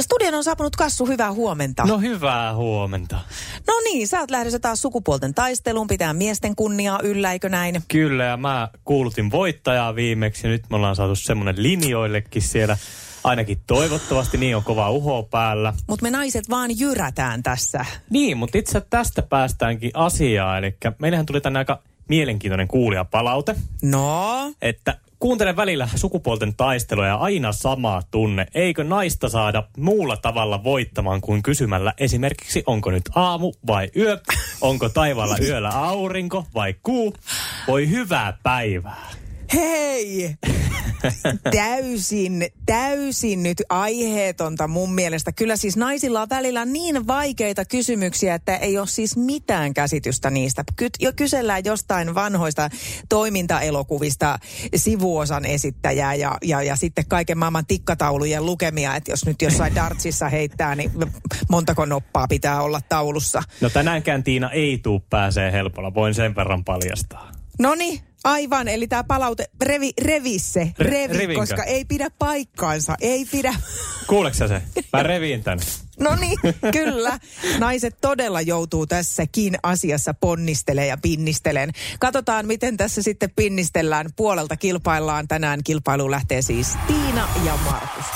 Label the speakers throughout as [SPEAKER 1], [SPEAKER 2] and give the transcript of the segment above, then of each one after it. [SPEAKER 1] Studion on saapunut Kassu, hyvää huomenta.
[SPEAKER 2] No hyvää huomenta.
[SPEAKER 1] No niin, sä oot lähdössä taas sukupuolten taisteluun, pitää miesten kunniaa yllä, eikö näin?
[SPEAKER 2] Kyllä, ja mä kuulutin voittajaa viimeksi. Nyt me ollaan saatu semmoinen linjoillekin siellä. Ainakin toivottavasti niin on kova uho päällä.
[SPEAKER 1] Mutta me naiset vaan jyrätään tässä.
[SPEAKER 2] Niin, mutta itse tästä päästäänkin asiaan. Eli meillähän tuli tänne aika mielenkiintoinen kuulijapalaute,
[SPEAKER 1] No,
[SPEAKER 2] että kuuntelen välillä sukupuolten taisteluja ja aina sama tunne. Eikö naista saada muulla tavalla voittamaan kuin kysymällä esimerkiksi onko nyt aamu vai yö? Onko taivaalla yöllä aurinko vai kuu? Voi hyvää päivää.
[SPEAKER 1] hei! täysin, täysin nyt aiheetonta mun mielestä. Kyllä siis naisilla on välillä niin vaikeita kysymyksiä, että ei ole siis mitään käsitystä niistä. Ky- jo kysellään jostain vanhoista toimintaelokuvista sivuosan esittäjää ja, ja, ja sitten kaiken maailman tikkataulujen lukemia, että jos nyt jossain dartsissa heittää, niin montako noppaa pitää olla taulussa.
[SPEAKER 2] No tänäänkään Tiina ei tuu pääsee helpolla, voin sen verran paljastaa.
[SPEAKER 1] No niin, aivan. Eli tämä palaute, revi, revi se,
[SPEAKER 2] Re-
[SPEAKER 1] revi,
[SPEAKER 2] revinkö?
[SPEAKER 1] koska ei pidä paikkaansa, ei pidä.
[SPEAKER 2] Kuuleeko sä se? Mä reviin tän.
[SPEAKER 1] No niin, kyllä. Naiset todella joutuu tässäkin asiassa ponnistelee ja pinnisteleen. Katsotaan, miten tässä sitten pinnistellään. Puolelta kilpaillaan. Tänään kilpailu lähtee siis Tiina ja Markus.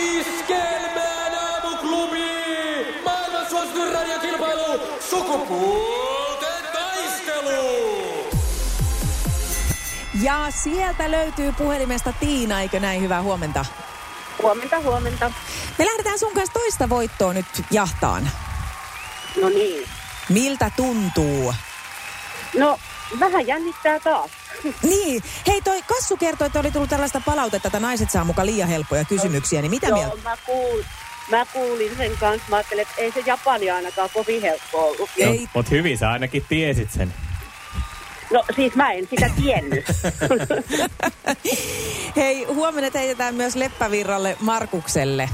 [SPEAKER 3] Iskelmään aamuklubi! Maailman suosituin radiokilpailu! Sukupuolten taistelu!
[SPEAKER 1] Ja sieltä löytyy puhelimesta Tiina, eikö näin? Hyvää huomenta.
[SPEAKER 4] Huomenta, huomenta.
[SPEAKER 1] Me lähdetään sun kanssa toista voittoa nyt jahtaan.
[SPEAKER 4] No niin.
[SPEAKER 1] Miltä tuntuu?
[SPEAKER 4] No, vähän jännittää taas.
[SPEAKER 1] Niin. Hei, toi Kassu kertoi, että oli tullut tällaista palautetta, että naiset saa mukaan liian helppoja kysymyksiä. Niin mitä
[SPEAKER 4] Joo,
[SPEAKER 1] mieltä?
[SPEAKER 4] mä, kuul, mä kuulin sen kanssa. Mä ajattelin, että ei se Japani ainakaan kovin helppo ollut.
[SPEAKER 1] Ei.
[SPEAKER 2] No, mut hyvin sä ainakin tiesit sen.
[SPEAKER 4] No siis mä en sitä tiennyt.
[SPEAKER 1] Hei, huomenna teetetään myös Leppävirralle Markukselle.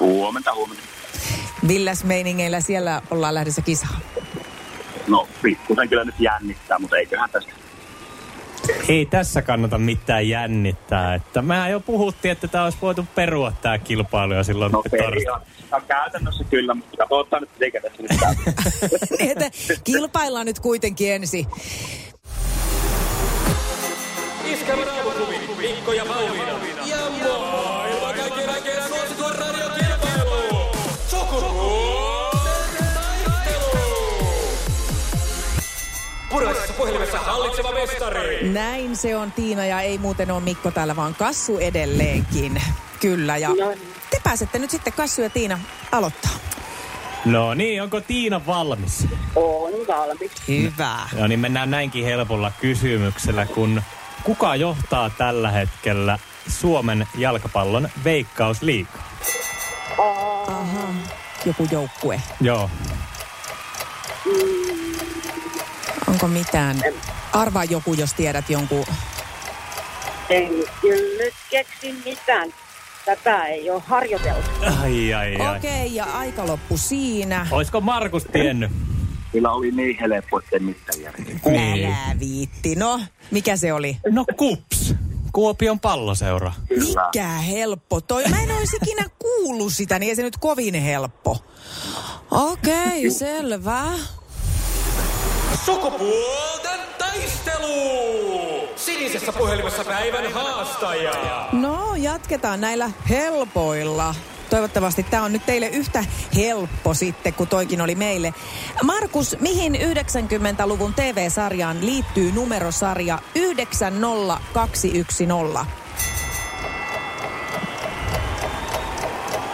[SPEAKER 5] Huomenta, huomenta.
[SPEAKER 1] Milläs meiningeillä siellä ollaan lähdössä kisaan?
[SPEAKER 5] No, pikkusen kyllä nyt jännittää, mutta eiköhän tässä.
[SPEAKER 2] Ei tässä kannata mitään jännittää. Että mehän jo puhuttiin, että tämä olisi voitu perua tämä kilpailu jo silloin
[SPEAKER 5] No,
[SPEAKER 2] torstaina.
[SPEAKER 5] periaatteessa käytännössä kyllä, mutta katsotaan nyt, miten tässä nyt käy.
[SPEAKER 1] Niin, että Kilpaillaan nyt kuitenkin ensin.
[SPEAKER 3] Iskelmän aamuklubi! Mikko ja Pauliina. Ja maailman kaikkien aikeen suosituin radiokilpailu! Sukupuolten taistelu! Puraisessa puhelimessa hallitseva mestari!
[SPEAKER 1] Näin se on Tiina ja ei muuten ole Mikko täällä, vaan Kassu edelleenkin. Kyllä ja
[SPEAKER 4] No niin.
[SPEAKER 1] te pääsette nyt sitten Kassu ja Tiina aloittaa.
[SPEAKER 2] No niin, onko Tiina valmis?
[SPEAKER 4] On valmis.
[SPEAKER 1] Hyvä.
[SPEAKER 2] No niin, mennään näinkin helpolla kysymyksellä, kun kuka johtaa tällä hetkellä Suomen jalkapallon veikkausliikaa?
[SPEAKER 1] Aha. Joku joukkue.
[SPEAKER 2] Joo.
[SPEAKER 1] Onko mitään? Arvaa joku, jos tiedät jonkun.
[SPEAKER 4] En kyllä nyt keksi mitään. Tätä ei ole harjoiteltu.
[SPEAKER 2] Ai, ai, ai. Okay.
[SPEAKER 1] Okei, okay, ja aika loppu siinä.
[SPEAKER 2] Olisiko Markus tiennyt?
[SPEAKER 5] Kyllä oli niin helppo, ettei mitään järkeä.
[SPEAKER 2] Niin.
[SPEAKER 1] Älä viitti. No, mikä se oli?
[SPEAKER 2] No kups. Kuopion palloseura.
[SPEAKER 5] Kyllä.
[SPEAKER 1] Mikä helppo toi. Mä en olisi ikinä kuullut sitä, niin ei se nyt kovin helppo. Okei, okay, selvä.
[SPEAKER 3] Sukupuolten taistelu! Sinisessä puhelimessa päivän haastaja!
[SPEAKER 1] No, jatketaan näillä helpoilla. Toivottavasti tämä on nyt teille yhtä helppo sitten, kun toikin oli meille. Markus, mihin 90-luvun TV-sarjaan liittyy numerosarja 90210?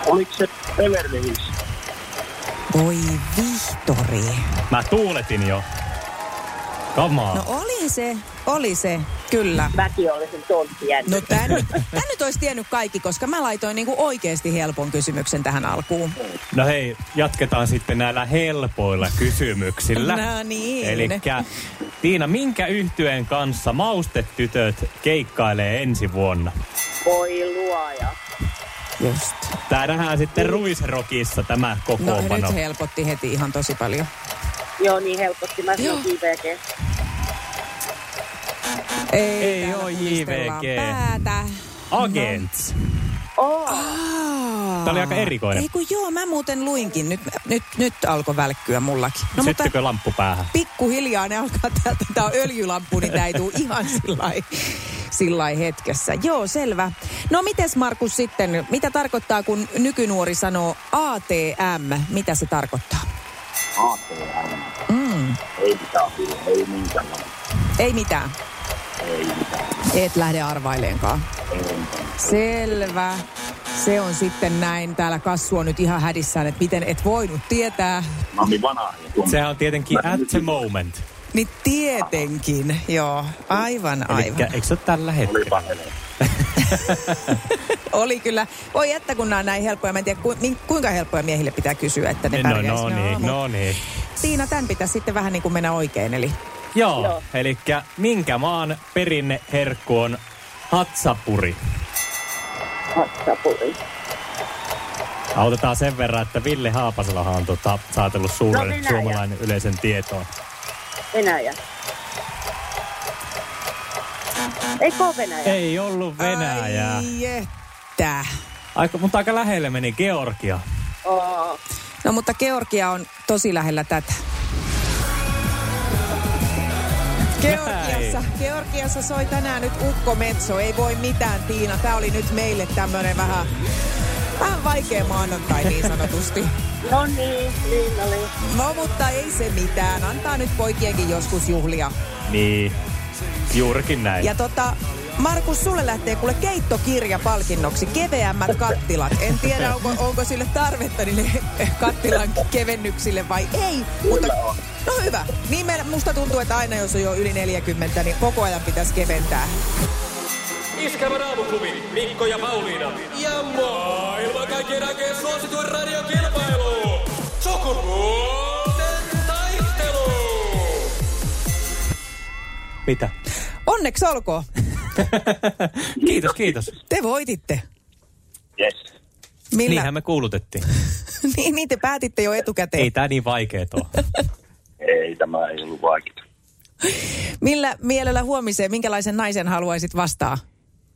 [SPEAKER 5] Oliko se Beverly Hills?
[SPEAKER 1] Voi Vihtori.
[SPEAKER 2] Mä tuuletin jo. Kamaa.
[SPEAKER 1] No
[SPEAKER 2] No.
[SPEAKER 1] oli se, oli se, kyllä.
[SPEAKER 4] Mäkin olisin tuon tiennyt.
[SPEAKER 1] No tän, nyt- tän nyt olisi tiennyt kaikki, koska mä laitoin niinku oikeasti helpon kysymyksen tähän alkuun.
[SPEAKER 2] no hei, jatketaan sitten näillä helpoilla kysymyksillä.
[SPEAKER 1] No niin.
[SPEAKER 2] Eli Tiina, minkä yhtyeen kanssa maustetytöt keikkailee ensi vuonna?
[SPEAKER 4] Voi luoja.
[SPEAKER 1] Just.
[SPEAKER 2] Tää nähdään sitten ruisrokissa tämä
[SPEAKER 1] No
[SPEAKER 2] kokoonpano.
[SPEAKER 1] nyt helpotti heti ihan tosi paljon.
[SPEAKER 4] Joo, niin helposti. Mä
[SPEAKER 1] Joo.
[SPEAKER 4] sanon JVG.
[SPEAKER 1] Ei,
[SPEAKER 2] Ei
[SPEAKER 1] täällä
[SPEAKER 2] oo
[SPEAKER 1] pudistellaan
[SPEAKER 2] JVG.
[SPEAKER 1] Päätä.
[SPEAKER 2] Agents.
[SPEAKER 4] Oh,
[SPEAKER 1] Aa,
[SPEAKER 2] Tämä oli aika erikoinen.
[SPEAKER 1] Ei kun joo, mä muuten luinkin. Nyt, nyt, nyt alkoi välkkyä mullakin.
[SPEAKER 2] No, Syttykö mutta... lamppu päähän?
[SPEAKER 1] pikkuhiljaa ne alkaa täältä. Tämä on öljylamppu, niin tämä ei tule ihan sillä hetkessä. Joo, selvä. No mites Markus sitten, mitä tarkoittaa kun nykynuori sanoo ATM? Mitä se tarkoittaa?
[SPEAKER 5] ATM. Ei mitään, kyllä, ei mitään.
[SPEAKER 1] Ei mitään. Et lähde arvaileenkaan. Selvä. Se on sitten näin. Täällä Kassu on nyt ihan hädissään, että miten et voinut tietää.
[SPEAKER 5] Mä oon niin vanha. ja tuon-
[SPEAKER 2] Sehän on tietenkin at the moment.
[SPEAKER 1] Niin tietenkin, joo. Aivan, aivan.
[SPEAKER 2] Elikkä, eikö se ole tällä hetkellä?
[SPEAKER 5] Olipa helppo.
[SPEAKER 1] Oli kyllä. Voi että kun nämä on näin helppoja. Mä en tiedä, ku, min- kuinka helppoja miehille pitää kysyä, että ne
[SPEAKER 2] No,
[SPEAKER 1] pärjäisi.
[SPEAKER 2] no niin,
[SPEAKER 1] mut
[SPEAKER 2] no niin.
[SPEAKER 1] Tiina, tämän pitäisi sitten vähän niin kuin mennä oikein. Eli
[SPEAKER 2] Joo, Joo.
[SPEAKER 4] Joo.
[SPEAKER 2] eli minkä maan perinneherkku on hatsapuri?
[SPEAKER 4] Hatsapuri.
[SPEAKER 2] Autetaan sen verran, että Ville Haapasalahan on tota, saatellut
[SPEAKER 4] No
[SPEAKER 2] suuren
[SPEAKER 4] Venäjä.
[SPEAKER 2] suomalainen yleisen tietoon.
[SPEAKER 4] Venäjä. Eikö ole Venäjä?
[SPEAKER 2] Ei ollut Venäjää.
[SPEAKER 1] Ai että.
[SPEAKER 2] Aika, mutta aika lähelle meni Georgia.
[SPEAKER 4] Oo.
[SPEAKER 1] No mutta Georgia on tosi lähellä tätä. Georgiassa, Georgiassa soi tänään nyt Ukko Metso. Ei voi mitään, Tiina. Tämä oli nyt meille tämmöinen vähän, vähän vaikea maanantai niin sanotusti.
[SPEAKER 4] No niin, niin oli.
[SPEAKER 1] No mutta ei se mitään. Antaa nyt poikienkin joskus juhlia.
[SPEAKER 2] Niin, juurikin näin.
[SPEAKER 1] Ja tota, Markus, sulle lähtee kuule keittokirja palkinnoksi, keveämmät kattilat. En tiedä, onko, onko sille tarvetta niille kattilan kevennyksille vai ei. Mutta, no hyvä. Niin meillä, musta tuntuu, että aina jos on jo yli 40, niin koko ajan pitäisi keventää.
[SPEAKER 3] Iskävä raamuklubi, Mikko ja Pauliina. Ja maailman kaikkien aikeen suosituen radiokilpailu. Sukupuolten taistelu.
[SPEAKER 2] Mitä?
[SPEAKER 1] Onneksi olkoon.
[SPEAKER 2] Kiitos, kiitos.
[SPEAKER 1] Te voititte.
[SPEAKER 5] Yes.
[SPEAKER 1] Millä?
[SPEAKER 2] Niinhän me kuulutettiin.
[SPEAKER 1] niin, niin te päätitte jo etukäteen.
[SPEAKER 2] Ei tää niin vaikeet ole.
[SPEAKER 5] Ei, tämä ei ollut vaikeaa.
[SPEAKER 1] Millä mielellä huomiseen, minkälaisen naisen haluaisit vastaa?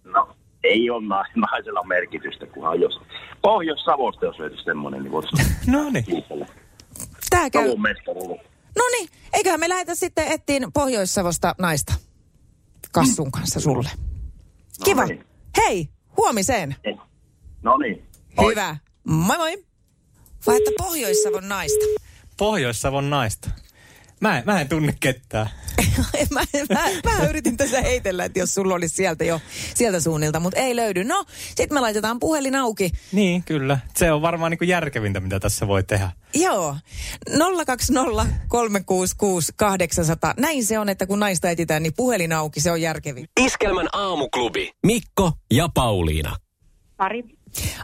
[SPEAKER 5] No, ei ole na- naisella merkitystä, kunhan jos... Pohjois-Savosta, jos löytyisi semmoinen, niin voisi
[SPEAKER 2] No niin.
[SPEAKER 5] kiitellä.
[SPEAKER 1] Tää käy.
[SPEAKER 5] Savon mestarille.
[SPEAKER 1] No niin, eiköhän me lähetä sitten ettiin Pohjois-Savosta naista Kassun kanssa sulle. Kiva.
[SPEAKER 5] niin.
[SPEAKER 1] Hei, huomiseen.
[SPEAKER 5] No niin.
[SPEAKER 1] Hyvä. Moi moi. Vai että Pohjois-Savon naista.
[SPEAKER 2] Pohjois-Savon naista. Mä en, mä en tunne ketään.
[SPEAKER 1] mä, mä, mä yritin tässä heitellä, että jos sulla olisi sieltä jo sieltä suunnilta, mutta ei löydy. No, sit me laitetaan puhelin auki.
[SPEAKER 2] Niin, kyllä. Se on varmaan niin kuin järkevintä, mitä tässä voi tehdä.
[SPEAKER 1] Joo, 020366800. Näin se on, että kun naista etsitään, niin puhelin auki, se on järkevin.
[SPEAKER 3] Iskelmän aamuklubi, Mikko ja Pauliina.
[SPEAKER 4] Pari.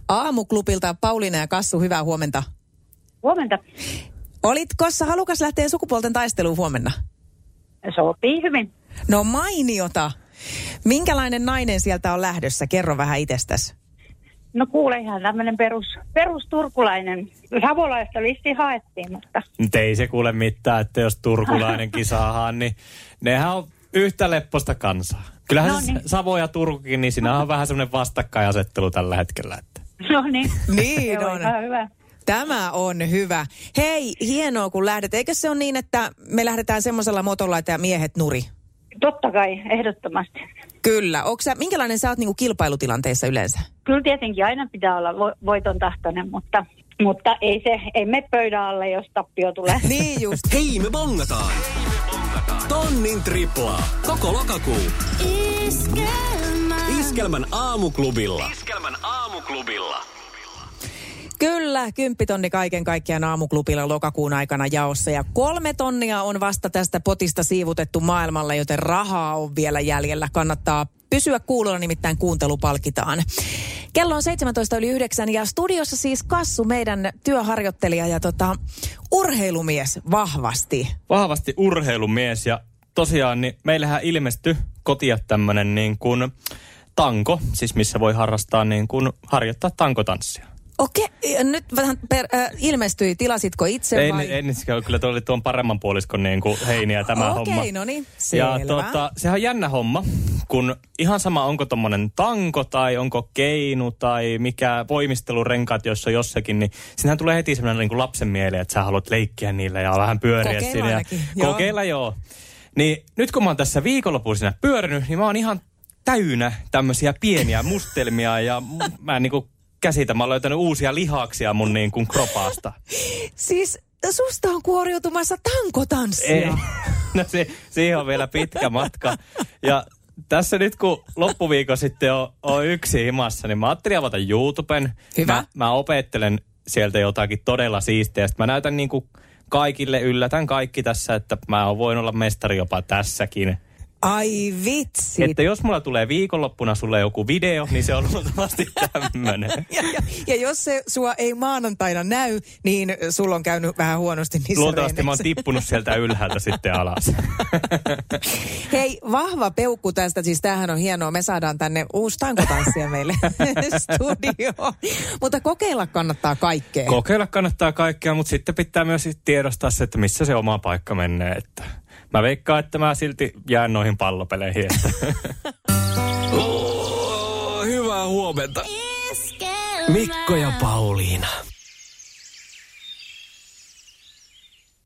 [SPEAKER 1] Aamuklubilta Pauliina ja Kassu, hyvää huomenta.
[SPEAKER 4] Huomenta.
[SPEAKER 1] Olitko sä halukas lähteä sukupuolten taisteluun huomenna?
[SPEAKER 4] Sopii hyvin.
[SPEAKER 1] No mainiota. Minkälainen nainen sieltä on lähdössä? Kerro vähän itsestäsi.
[SPEAKER 4] No kuule ihan tämmöinen perus, perus turkulainen. Savolaista vissiin haettiin, mutta
[SPEAKER 2] Nyt ei se kuule mitään, että jos turkulainenkin saadaan, niin nehän on yhtä lepposta kansaa. Kyllähän no niin.
[SPEAKER 4] Noniin.
[SPEAKER 2] Savo ja Turkukin, niin siinä on vähän semmoinen vastakkainasettelu tällä hetkellä. Että.
[SPEAKER 4] no niin.
[SPEAKER 1] Niin
[SPEAKER 4] Se
[SPEAKER 1] on.
[SPEAKER 4] on ihan hyvä.
[SPEAKER 1] Tämä on hyvä. Hei, hienoa kun lähdet. Eikö se ole niin, että me lähdetään semmoisella motolla, että miehet nuri?
[SPEAKER 4] Totta kai, ehdottomasti.
[SPEAKER 1] Kyllä. Onks Sä, minkälainen sä oot niinku kilpailutilanteissa yleensä?
[SPEAKER 4] Kyllä tietenkin aina pitää olla vo- voiton tahtoinen, mutta, mutta ei se, ei me pöydän alle, jos tappio tulee.
[SPEAKER 1] Niin just.
[SPEAKER 3] Hei me bongataan. Tonnin triplaa. Koko lokakuu. Iskelmä. Iskelmän aamuklubilla. Iskelmän aamuklubilla.
[SPEAKER 1] Kyllä, kymppitonni kaiken kaikkiaan aamuklubilla lokakuun aikana jaossa. Ja kolme tonnia on vasta tästä potista siivutettu maailmalla, joten rahaa on vielä jäljellä. Kannattaa pysyä kuulolla, nimittäin kuuntelu palkitaan. Kello on 17 yli 9 ja studiossa siis Kassu, meidän työharjoittelija ja tota, urheilumies vahvasti.
[SPEAKER 2] Vahvasti urheilumies ja tosiaan niin meillähän ilmestyi kotia tämmöinen niin kuin tanko, siis missä voi harrastaa niin kuin harjoittaa tankotanssia.
[SPEAKER 1] Okei, ja nyt vähän per, äh, ilmestyi. Tilasitko itse
[SPEAKER 2] En,
[SPEAKER 1] vai?
[SPEAKER 2] en, en, kyllä tuo oli tuon paremman puoliskon niin kuin heiniä tämä
[SPEAKER 1] Okei,
[SPEAKER 2] homma.
[SPEAKER 1] no niin, selvä.
[SPEAKER 2] Ja tota, sehän on jännä homma, kun ihan sama onko tommonen tanko tai onko keinu tai mikä voimistelurenkaat, jos on jossakin, niin sinähän tulee heti semmoinen niin kuin lapsen mieleen, että sä haluat leikkiä niillä ja vähän pyöriä
[SPEAKER 1] Kokeilla
[SPEAKER 2] siinä. ja-
[SPEAKER 1] ainakin, joo.
[SPEAKER 2] Kokeilla, joo. Niin nyt kun mä oon tässä viikonloppuisina pyörinyt, niin mä oon ihan täynnä tämmöisiä pieniä mustelmia ja m- mä en niinku käsitä, mä oon löytänyt uusia lihaksia mun niin kuin kropaasta.
[SPEAKER 1] Siis susta on kuoriutumassa tankotanssia.
[SPEAKER 2] Ei. No se, siihen on vielä pitkä matka. Ja tässä nyt kun loppuviikko sitten on, on yksi himassa, niin mä ajattelin avata YouTuben.
[SPEAKER 1] Hyvä.
[SPEAKER 2] Mä, mä opettelen sieltä jotakin todella siistiä. Sitten mä näytän niin kuin kaikille, yllätän kaikki tässä, että mä oon voinut olla mestari jopa tässäkin.
[SPEAKER 1] Ai vitsi.
[SPEAKER 2] Että jos mulla tulee viikonloppuna sulle joku video, niin se on luultavasti tämmönen.
[SPEAKER 1] Ja, ja, ja jos se sua ei maanantaina näy, niin sulla on käynyt vähän huonosti niissä
[SPEAKER 2] Luultavasti mä oon
[SPEAKER 1] reeneissä.
[SPEAKER 2] tippunut sieltä ylhäältä sitten alas.
[SPEAKER 1] Hei, vahva peukku tästä. Siis tämähän on hienoa. Me saadaan tänne uusi tankotanssia meille studioon. Mutta kokeilla kannattaa kaikkea.
[SPEAKER 2] Kokeilla kannattaa kaikkea, mutta sitten pitää myös tiedostaa se, että missä se oma paikka menee. Että mä veikkaan, että mä silti jään noihin pallopeleihin. Että.
[SPEAKER 3] Oh, hyvää huomenta. Mikko ja Pauliina.